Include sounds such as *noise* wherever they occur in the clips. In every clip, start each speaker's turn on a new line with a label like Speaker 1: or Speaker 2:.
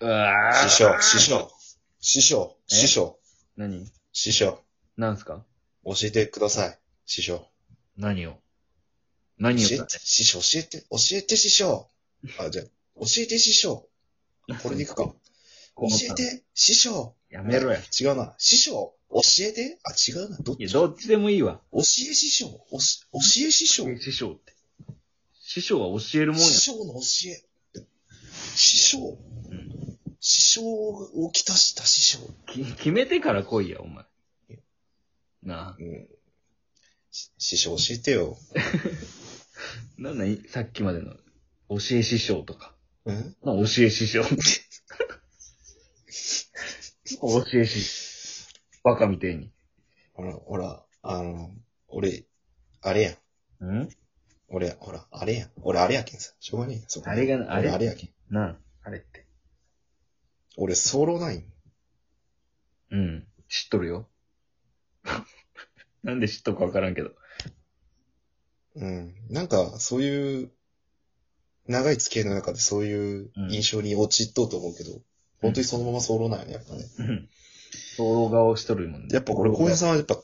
Speaker 1: うわー
Speaker 2: 師匠、師匠、師匠、
Speaker 1: え
Speaker 2: 師匠、
Speaker 1: 何
Speaker 2: 師匠、
Speaker 1: 何すか
Speaker 2: 教えてください。師匠。
Speaker 1: 何を何を
Speaker 2: 教え
Speaker 1: だね
Speaker 2: て、師匠、教えて、教えて師匠。あ、じゃあ教えて師匠。これでいくか。教
Speaker 1: この
Speaker 2: えて、師匠。
Speaker 1: やめろや。
Speaker 2: 違うな。師匠、教えてあ、違うな。どっ
Speaker 1: い
Speaker 2: ち
Speaker 1: や、
Speaker 2: 教
Speaker 1: どっちでもいいわ。
Speaker 2: え師匠、おし教え師匠。
Speaker 1: 師匠って。師匠は教えるもんや。
Speaker 2: 師匠の教え。師匠。
Speaker 1: うん
Speaker 2: 師匠をきたした師匠。
Speaker 1: き決めてから来いや、お前。なあ。
Speaker 2: うん。し師匠教えてよ。
Speaker 1: なんだい、さっきまでの、教え師匠とか。
Speaker 2: うん
Speaker 1: なあ教え師匠って。教え師。バカみてえに。
Speaker 2: ほら、ほら、あの、俺、あれやん。
Speaker 1: ん
Speaker 2: 俺、ほら、あれやん。俺、あれやけんさ。しょうがねえやん。そこ
Speaker 1: あれがなあれ
Speaker 2: 俺あれやけん。
Speaker 1: なあ、あれって。
Speaker 2: 俺、ソロライン。
Speaker 1: うん。知っとるよ。なんで知っとくかわからんけど。
Speaker 2: うん。なんか、そういう、長い付き合いの中でそういう印象に陥っとうと思うけど、本当にそのままソロなんや、やっぱね。
Speaker 1: うん。 *laughs* 早漏顔しとるもんね。
Speaker 2: やっぱ俺、浩平さんはやっぱ、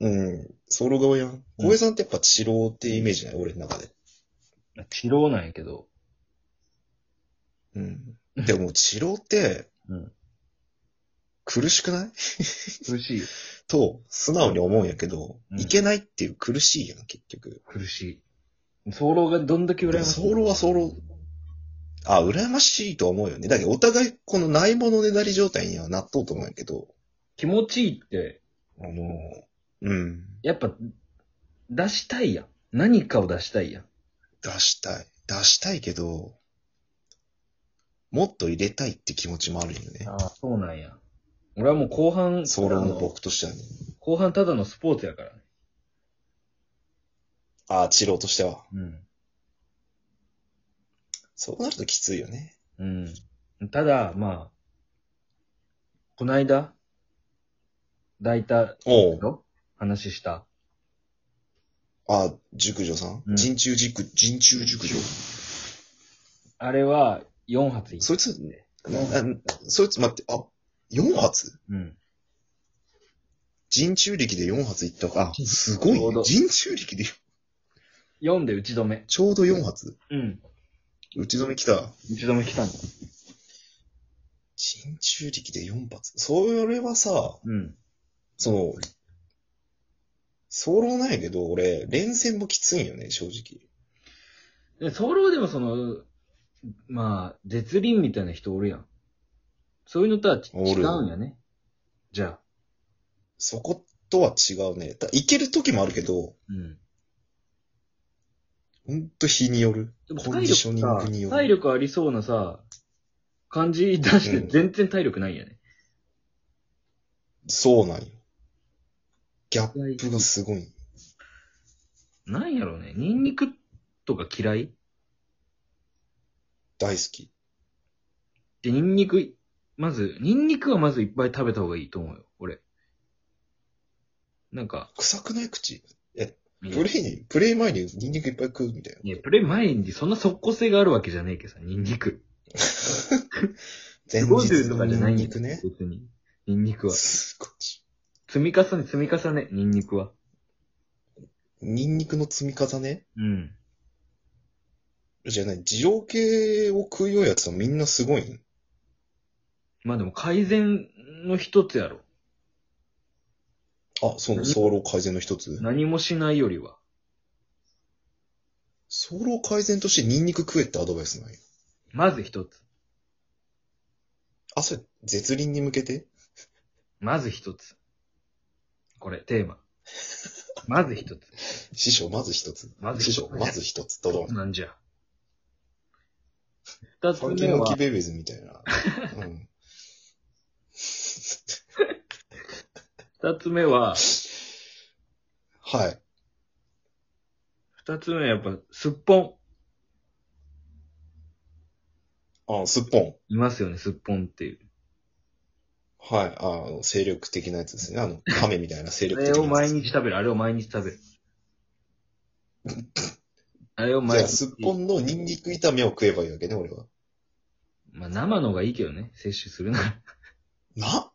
Speaker 2: うん、ソロ顔やん。浩平さんってやっぱ治療ってイメージない、俺の中で。
Speaker 1: ん。治療なんやけど。
Speaker 2: うん。でも、治療って、
Speaker 1: うん
Speaker 2: 苦しくない
Speaker 1: 苦しいよ。
Speaker 2: と、素直に思うんやけど、
Speaker 1: うん
Speaker 2: いけないっていう苦しいやん、結局。
Speaker 1: 苦しい。早漏がどんだけ羨ましい。
Speaker 2: ソロはソロ、あ、羨ましいと思うよね。だけど、お互いこのないものねだり状態にはなっとうと思うんやけど、
Speaker 1: 気持ちいいって、
Speaker 2: あの、うん、
Speaker 1: やっぱ、出したいやん。何かを出したいやん。
Speaker 2: 出したい。出したいけど、もっと入れたいって気持ちもあるよね。
Speaker 1: ああ、そうなんや。俺はもう後半、
Speaker 2: ソロ
Speaker 1: あ
Speaker 2: の
Speaker 1: の
Speaker 2: 僕としてはね。
Speaker 1: 後半ただのスポーツやからね。
Speaker 2: あ、治療としては。
Speaker 1: うん。
Speaker 2: そうなるときついよね。
Speaker 1: うん。ただ、まあ、こないだ、抱いた
Speaker 2: おう。
Speaker 1: の話した。
Speaker 2: あ、熟女さん、
Speaker 1: うん
Speaker 2: 人中熟、人中熟女。
Speaker 1: あれは、4発いった
Speaker 2: そいつ、あそいつ待って、あ、4発
Speaker 1: うん。
Speaker 2: 人中力で4発いったか。あ、すごい、
Speaker 1: ちょう
Speaker 2: ね。
Speaker 1: ど
Speaker 2: 人中力で、
Speaker 1: 4で打ち止め。
Speaker 2: ちょうど4発。
Speaker 1: うん。
Speaker 2: 打ち止め来た。
Speaker 1: 打ち止め来たんだ。
Speaker 2: 人中力で4発。それはさ、
Speaker 1: うん。
Speaker 2: その、ソロなんやけど、俺、連戦もきついんよね、正直。
Speaker 1: で、ソロでもその、まあ、絶倫みたいな人おるやん。そういうのとはち
Speaker 2: おる
Speaker 1: 違うんやね。じゃあ。
Speaker 2: そことは違うね。たいける時もあるけど、
Speaker 1: うん。
Speaker 2: ほんと日による。
Speaker 1: でも
Speaker 2: コンディショニングによる
Speaker 1: 体力ありそうなさ、感じ出して
Speaker 2: うん
Speaker 1: 全然体力ないんやね。
Speaker 2: そうなんよ。ギャップがすごい。
Speaker 1: なんやろうね。ニンニクとか嫌い
Speaker 2: 大好き。
Speaker 1: で、ニンニク、まず、ニンニクはまずいっぱい食べた方がいいと思うよ。俺。なんか、
Speaker 2: 臭くない口
Speaker 1: いや
Speaker 2: プレイに、プレイ前にニンニクいっぱい食うみたいな。
Speaker 1: いや、プレイ前にそんな即効性があるわけじゃねえけどさ、ニンニク。
Speaker 2: 前
Speaker 1: 50
Speaker 2: 日
Speaker 1: と
Speaker 2: の
Speaker 1: かじ
Speaker 2: ニ
Speaker 1: ゃない
Speaker 2: ン
Speaker 1: ん
Speaker 2: ニ
Speaker 1: や
Speaker 2: クね。
Speaker 1: 別に。ニンニクは。
Speaker 2: すごい
Speaker 1: 積み重ね、積み重ね、ニンニクは。
Speaker 2: ニンニクの積み重ね
Speaker 1: うん。
Speaker 2: じゃない、二郎系を食いようやつはみんなすごいん
Speaker 1: まあでも改善の一つやろ。
Speaker 2: あ、そうなの、
Speaker 1: 何
Speaker 2: 早漏改善の一つ。
Speaker 1: 何もしないよりは。
Speaker 2: 早漏改善としてニンニク食えってアドバイスない
Speaker 1: まず一つ。
Speaker 2: あ、それ、絶倫に向けて
Speaker 1: まず一つ。これ、テーマ。まず一つ。
Speaker 2: 師匠、まず一つ。
Speaker 1: まず
Speaker 2: 師
Speaker 1: 一つ
Speaker 2: 匠、まず一つ。ドドン。
Speaker 1: なんじゃ。二つ
Speaker 2: ファンキ
Speaker 1: 目
Speaker 2: ーモンキ
Speaker 1: は
Speaker 2: ー、ベイベーズみたいな。うん。
Speaker 1: 二つ目は、
Speaker 2: はい。
Speaker 1: 二つ目はやっぱ、すっぽん。
Speaker 2: あ、すっぽん。
Speaker 1: いますよね、すっぽんっていう。
Speaker 2: はい。あの、精力的なやつですね。あの、亀みたいな精
Speaker 1: あ
Speaker 2: 力
Speaker 1: れ
Speaker 2: 的
Speaker 1: を
Speaker 2: な
Speaker 1: 毎
Speaker 2: やつ。
Speaker 1: 日食べる、あれを毎日食べる。あれを
Speaker 2: じゃ
Speaker 1: 毎
Speaker 2: あ、
Speaker 1: 日。
Speaker 2: すっぽんのニンニク炒めを食えばいいわけね、俺は。
Speaker 1: まあ、生の方がいいけどね、摂取するなら。
Speaker 2: な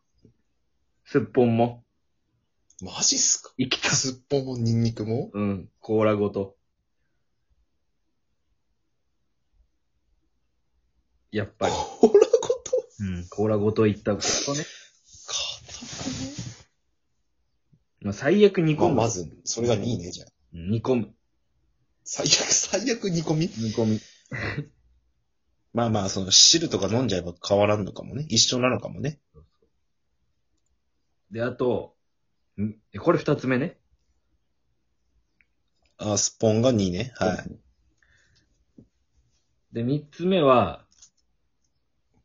Speaker 1: *laughs* すっぽんも。
Speaker 2: マジっすか
Speaker 1: 生きた。
Speaker 2: すっぽんもニンニクも
Speaker 1: うん、甲羅ごと。やっぱり。
Speaker 2: ほらごと
Speaker 1: うん、甲羅ごといったことね。まあ、最悪煮
Speaker 2: ま
Speaker 1: 込
Speaker 2: あ、
Speaker 1: む。
Speaker 2: まず、それが2位ね、じゃあ。
Speaker 1: うん煮込む。
Speaker 2: 最悪、最悪煮込み
Speaker 1: 煮込み。
Speaker 2: まあまあ、その汁とか飲んじゃえば変わらんのかもね。一緒なのかもね。
Speaker 1: で、あと、んこれ二つ目ね。
Speaker 2: あ、スッポンが2ね。はい。
Speaker 1: で、三つ目は、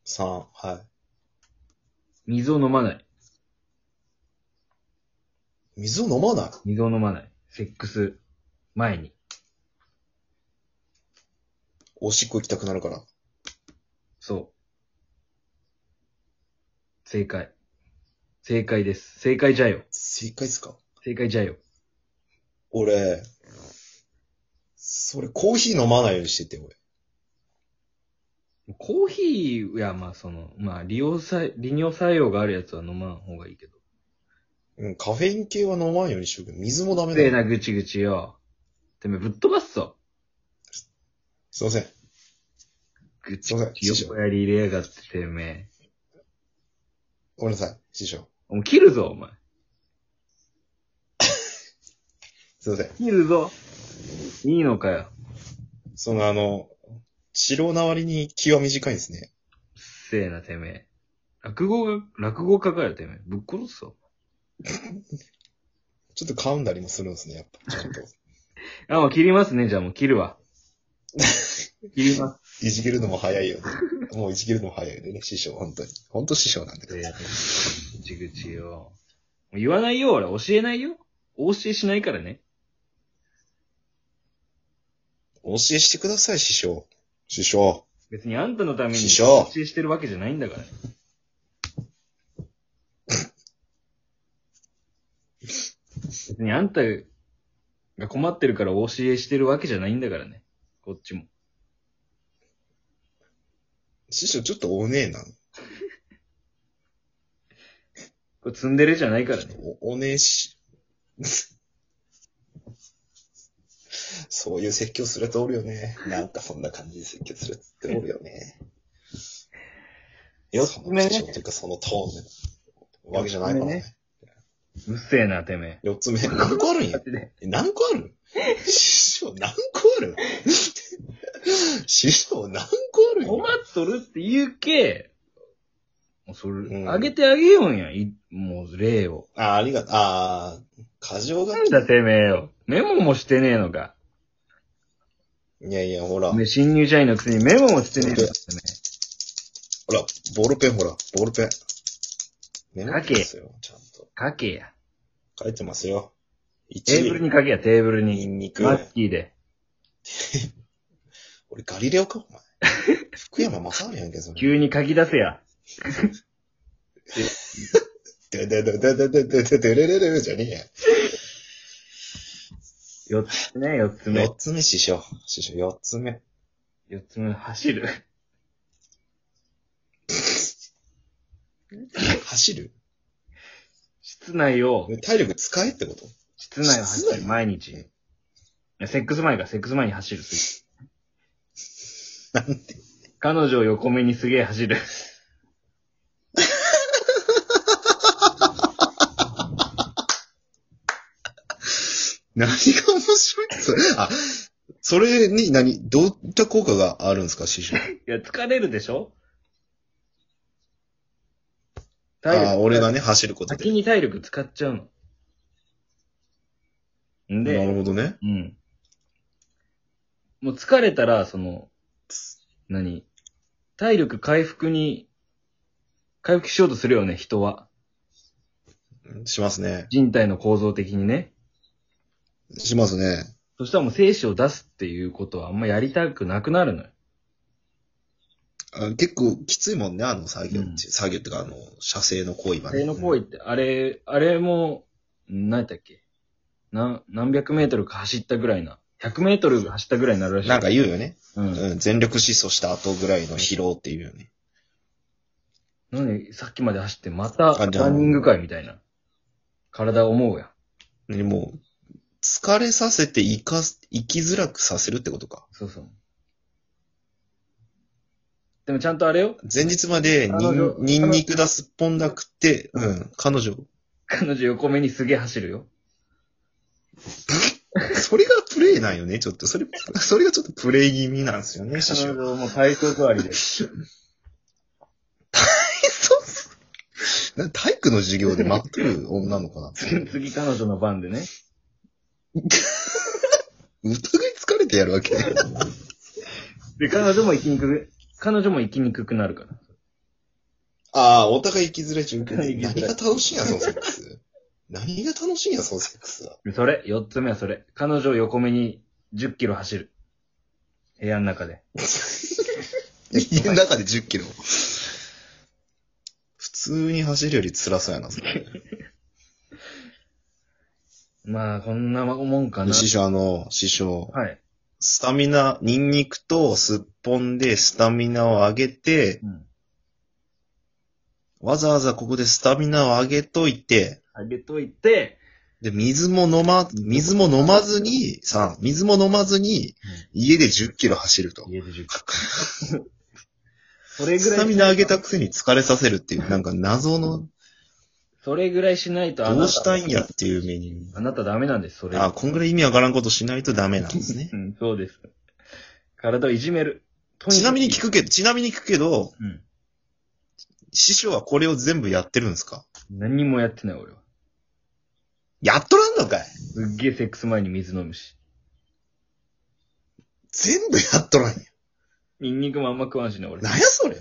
Speaker 2: 3、は
Speaker 1: 水を飲まない。
Speaker 2: い。水を飲まない
Speaker 1: 水を飲まない。セックス前に。
Speaker 2: おしっこ行きたくなるから。
Speaker 1: そう。正解。正解です。正解じゃよ。
Speaker 2: 正解っすか
Speaker 1: 正解じゃよ。
Speaker 2: 俺、それコーヒー飲まないようにしてて、俺。
Speaker 1: コーヒーや、まあその、まあ利用さ、利尿作用があるやつは飲まん方がいいけど。
Speaker 2: うん、カフェイン系は飲まんようにしようけど、水もダメ
Speaker 1: せえ
Speaker 2: だよ。
Speaker 1: なぐちぐちよ。てめえぶっ飛ばすぞ。
Speaker 2: すいません。
Speaker 1: ぐち
Speaker 2: すい
Speaker 1: ぐ
Speaker 2: ません
Speaker 1: ち横やり入れやがっててめえ。
Speaker 2: ごめんなさい、師匠。
Speaker 1: もう切るぞ、お前。
Speaker 2: すいません。
Speaker 1: 切るぞ。いいのかよ。
Speaker 2: そのあの、治療なわりに気は短いんですね。
Speaker 1: うっせえな、てめえ。落語が、落語書かよ、てめえ。ぶっ殺すぞ。
Speaker 2: ちょっと噛んだりもするんですね、やっぱ。ちゃんと。
Speaker 1: あ、もう切りますね、じゃあもう切るわ。切ります。
Speaker 2: いじけるのも早いよね。もういじけるのも早いよね、師匠、本当に。本当師匠なんだけど。
Speaker 1: ぐちぐちよ。もう言わないよ、俺。教えないよ。お教えしないからね。
Speaker 2: お教えしてください、師匠。師匠。
Speaker 1: 別にあんたのために
Speaker 2: 師
Speaker 1: 教
Speaker 2: 匠
Speaker 1: えしてるわけじゃないんだから。別にあんたが困ってるからお教えしてるわけじゃないんだからね。こっちも。
Speaker 2: 師匠、ちょっとおねえな。
Speaker 1: これツンデレじゃないからね。
Speaker 2: お、おねえし。 *laughs* そういう説教するやつおるよね。なんかそんな感じで説教するやつっておるよね。
Speaker 1: 四
Speaker 2: そ
Speaker 1: つ
Speaker 2: の
Speaker 1: 目ね
Speaker 2: 口調というかそのトーンで。わけじゃないからね。
Speaker 1: うっせえな、てめ
Speaker 2: 四つ目。何個あるん
Speaker 1: え。だ
Speaker 2: や
Speaker 1: っ。てね
Speaker 2: え何個ある師匠何個あ
Speaker 1: *laughs*
Speaker 2: る師匠何個ある
Speaker 1: 困っとるって言うけ、もうそれ、
Speaker 2: うん
Speaker 1: あ、げてあげようんや。いもう、例を。
Speaker 2: あ、ありがとう。あー、過剰が
Speaker 1: な。んだてめえよ。メモもしてねえのか。
Speaker 2: いやいや、ほら。
Speaker 1: お
Speaker 2: ほ
Speaker 1: めえ新入社員のくせにメモもしてねえのか。て
Speaker 2: ら、ボールペンほら、ボールペン。メモってますよ、ちゃんと。
Speaker 1: めえ書けや。
Speaker 2: 書いてますよ。
Speaker 1: テーブル
Speaker 2: 1
Speaker 1: に書けや、テーブル
Speaker 2: 位、ニ
Speaker 1: に。
Speaker 2: ンニク
Speaker 1: マ。ッキーで。
Speaker 2: 俺ガリレオか、お前。福山雅治やんけ、それ。
Speaker 1: 急に書き出せや。
Speaker 2: でででででででででれれれれじゃねえや。
Speaker 1: 四つ目、四つ目
Speaker 2: 四。つ目、師匠。師匠、四つ目。
Speaker 1: 四つ目、走る。
Speaker 2: 走る
Speaker 1: 室内を、
Speaker 2: 体力使えってこと
Speaker 1: 室内を走る、毎日。
Speaker 2: うん
Speaker 1: いやセックス前か、セックス前に走る。
Speaker 2: なんで
Speaker 1: 彼女を横目にすげえ走る。
Speaker 2: 何が面白いってそれ、あ、それに何、どういった効果があるんですか、師匠。
Speaker 1: いや、疲れるでしょ体力
Speaker 2: あ俺がね、走ること
Speaker 1: 先
Speaker 2: で。
Speaker 1: に体力使っちゃうの。ん
Speaker 2: なる
Speaker 1: で、
Speaker 2: ほどね。
Speaker 1: うん。もう疲れたら、その、何体力回復に、回復しようとするよね、人は。
Speaker 2: しますね。
Speaker 1: 人体の構造的にね。
Speaker 2: しますね。
Speaker 1: そしたらもう精子を出すっていうことはあんまやりたくなくなるのよ。
Speaker 2: あ結構きついもんね、あの作業って、
Speaker 1: うん
Speaker 2: 作業ってか、あの、射精の行為はね。
Speaker 1: 性の行為って、あれ、あれも、何やったっけな、何百メートルか走ったぐらいな。100メートル走ったぐらいになるら
Speaker 2: うん
Speaker 1: しい。
Speaker 2: なんか言うよね。
Speaker 1: うん。
Speaker 2: うん、全力疾走した後ぐらいの疲労っていうよね。
Speaker 1: 何さっきまで走ってまた
Speaker 2: あじゃあ
Speaker 1: ランニング会みたいな。体思うやん。
Speaker 2: 何もう、疲れさせて生かす、生きづらくさせるってことか。
Speaker 1: そうそう。でもちゃんとあれよ。
Speaker 2: 前日までに
Speaker 1: 彼女
Speaker 2: ん、ニンニクだすっぽんだくって、うん、彼女。
Speaker 1: 彼女横目にすげえ走るよ。
Speaker 2: それがプレイなんよね、ちょっと。それ、それがちょっとプレイ気味なんですよね、師匠。
Speaker 1: 女もう体操代わ *laughs* りで。
Speaker 2: そうっす *laughs* な体育の授業で待っとる女の子なんですよ。
Speaker 1: 次彼女の番でね。
Speaker 2: 疑い疲れてやるわけだよ。
Speaker 1: で、彼女も生きにくく、彼女も生きにくくなるから。
Speaker 2: ああ、お互い生きづらい状況
Speaker 1: 生
Speaker 2: で。
Speaker 1: きづらい
Speaker 2: 何が楽しいんや、そのセック *laughs* ス。何が楽しいんや、そのセックスは。
Speaker 1: それ、四つ目はそれ。彼女を横目に10キロ走る。部屋の中で。
Speaker 2: 家の中で10キロ。普通に走るより辛そうやな、それ。
Speaker 1: まあ、こんなもんかな。
Speaker 2: 師匠、 *laughs* あの、師匠、
Speaker 1: はい。
Speaker 2: スタミナ、ニンニクとすっぽんでスタミナを上げて、
Speaker 1: うん。
Speaker 2: わざわざここでスタミナを上げといて、
Speaker 1: あげといて、
Speaker 2: で、水も飲ま、水も飲まずに、さ、水も飲まずに、家で10キロ走ると。
Speaker 1: 家で10キロ。それぐらい。
Speaker 2: スタミナ上げたくせに疲れさせるっていう、なんか謎の、
Speaker 1: それぐらいしないとあなた
Speaker 2: どうしたいんやっていうメニ
Speaker 1: あなたダメなんです、そ
Speaker 2: ュ
Speaker 1: れ。
Speaker 2: ー。あ、こんぐらい意味わからんことしないとダメなんですね
Speaker 1: う。ん、そうです。体をいじめる。と
Speaker 2: ちなみに聞
Speaker 1: く。
Speaker 2: くけど、ちなみに聞くけど、
Speaker 1: うん。
Speaker 2: 師匠はこれを全部やってるんですか
Speaker 1: 何にもやってない、俺は。
Speaker 2: やっとらんのかい
Speaker 1: すっげえセックス前に水飲むし。
Speaker 2: 全部やっとらんや。
Speaker 1: ニンニクもあんま食わんしね、俺。
Speaker 2: なんやそれ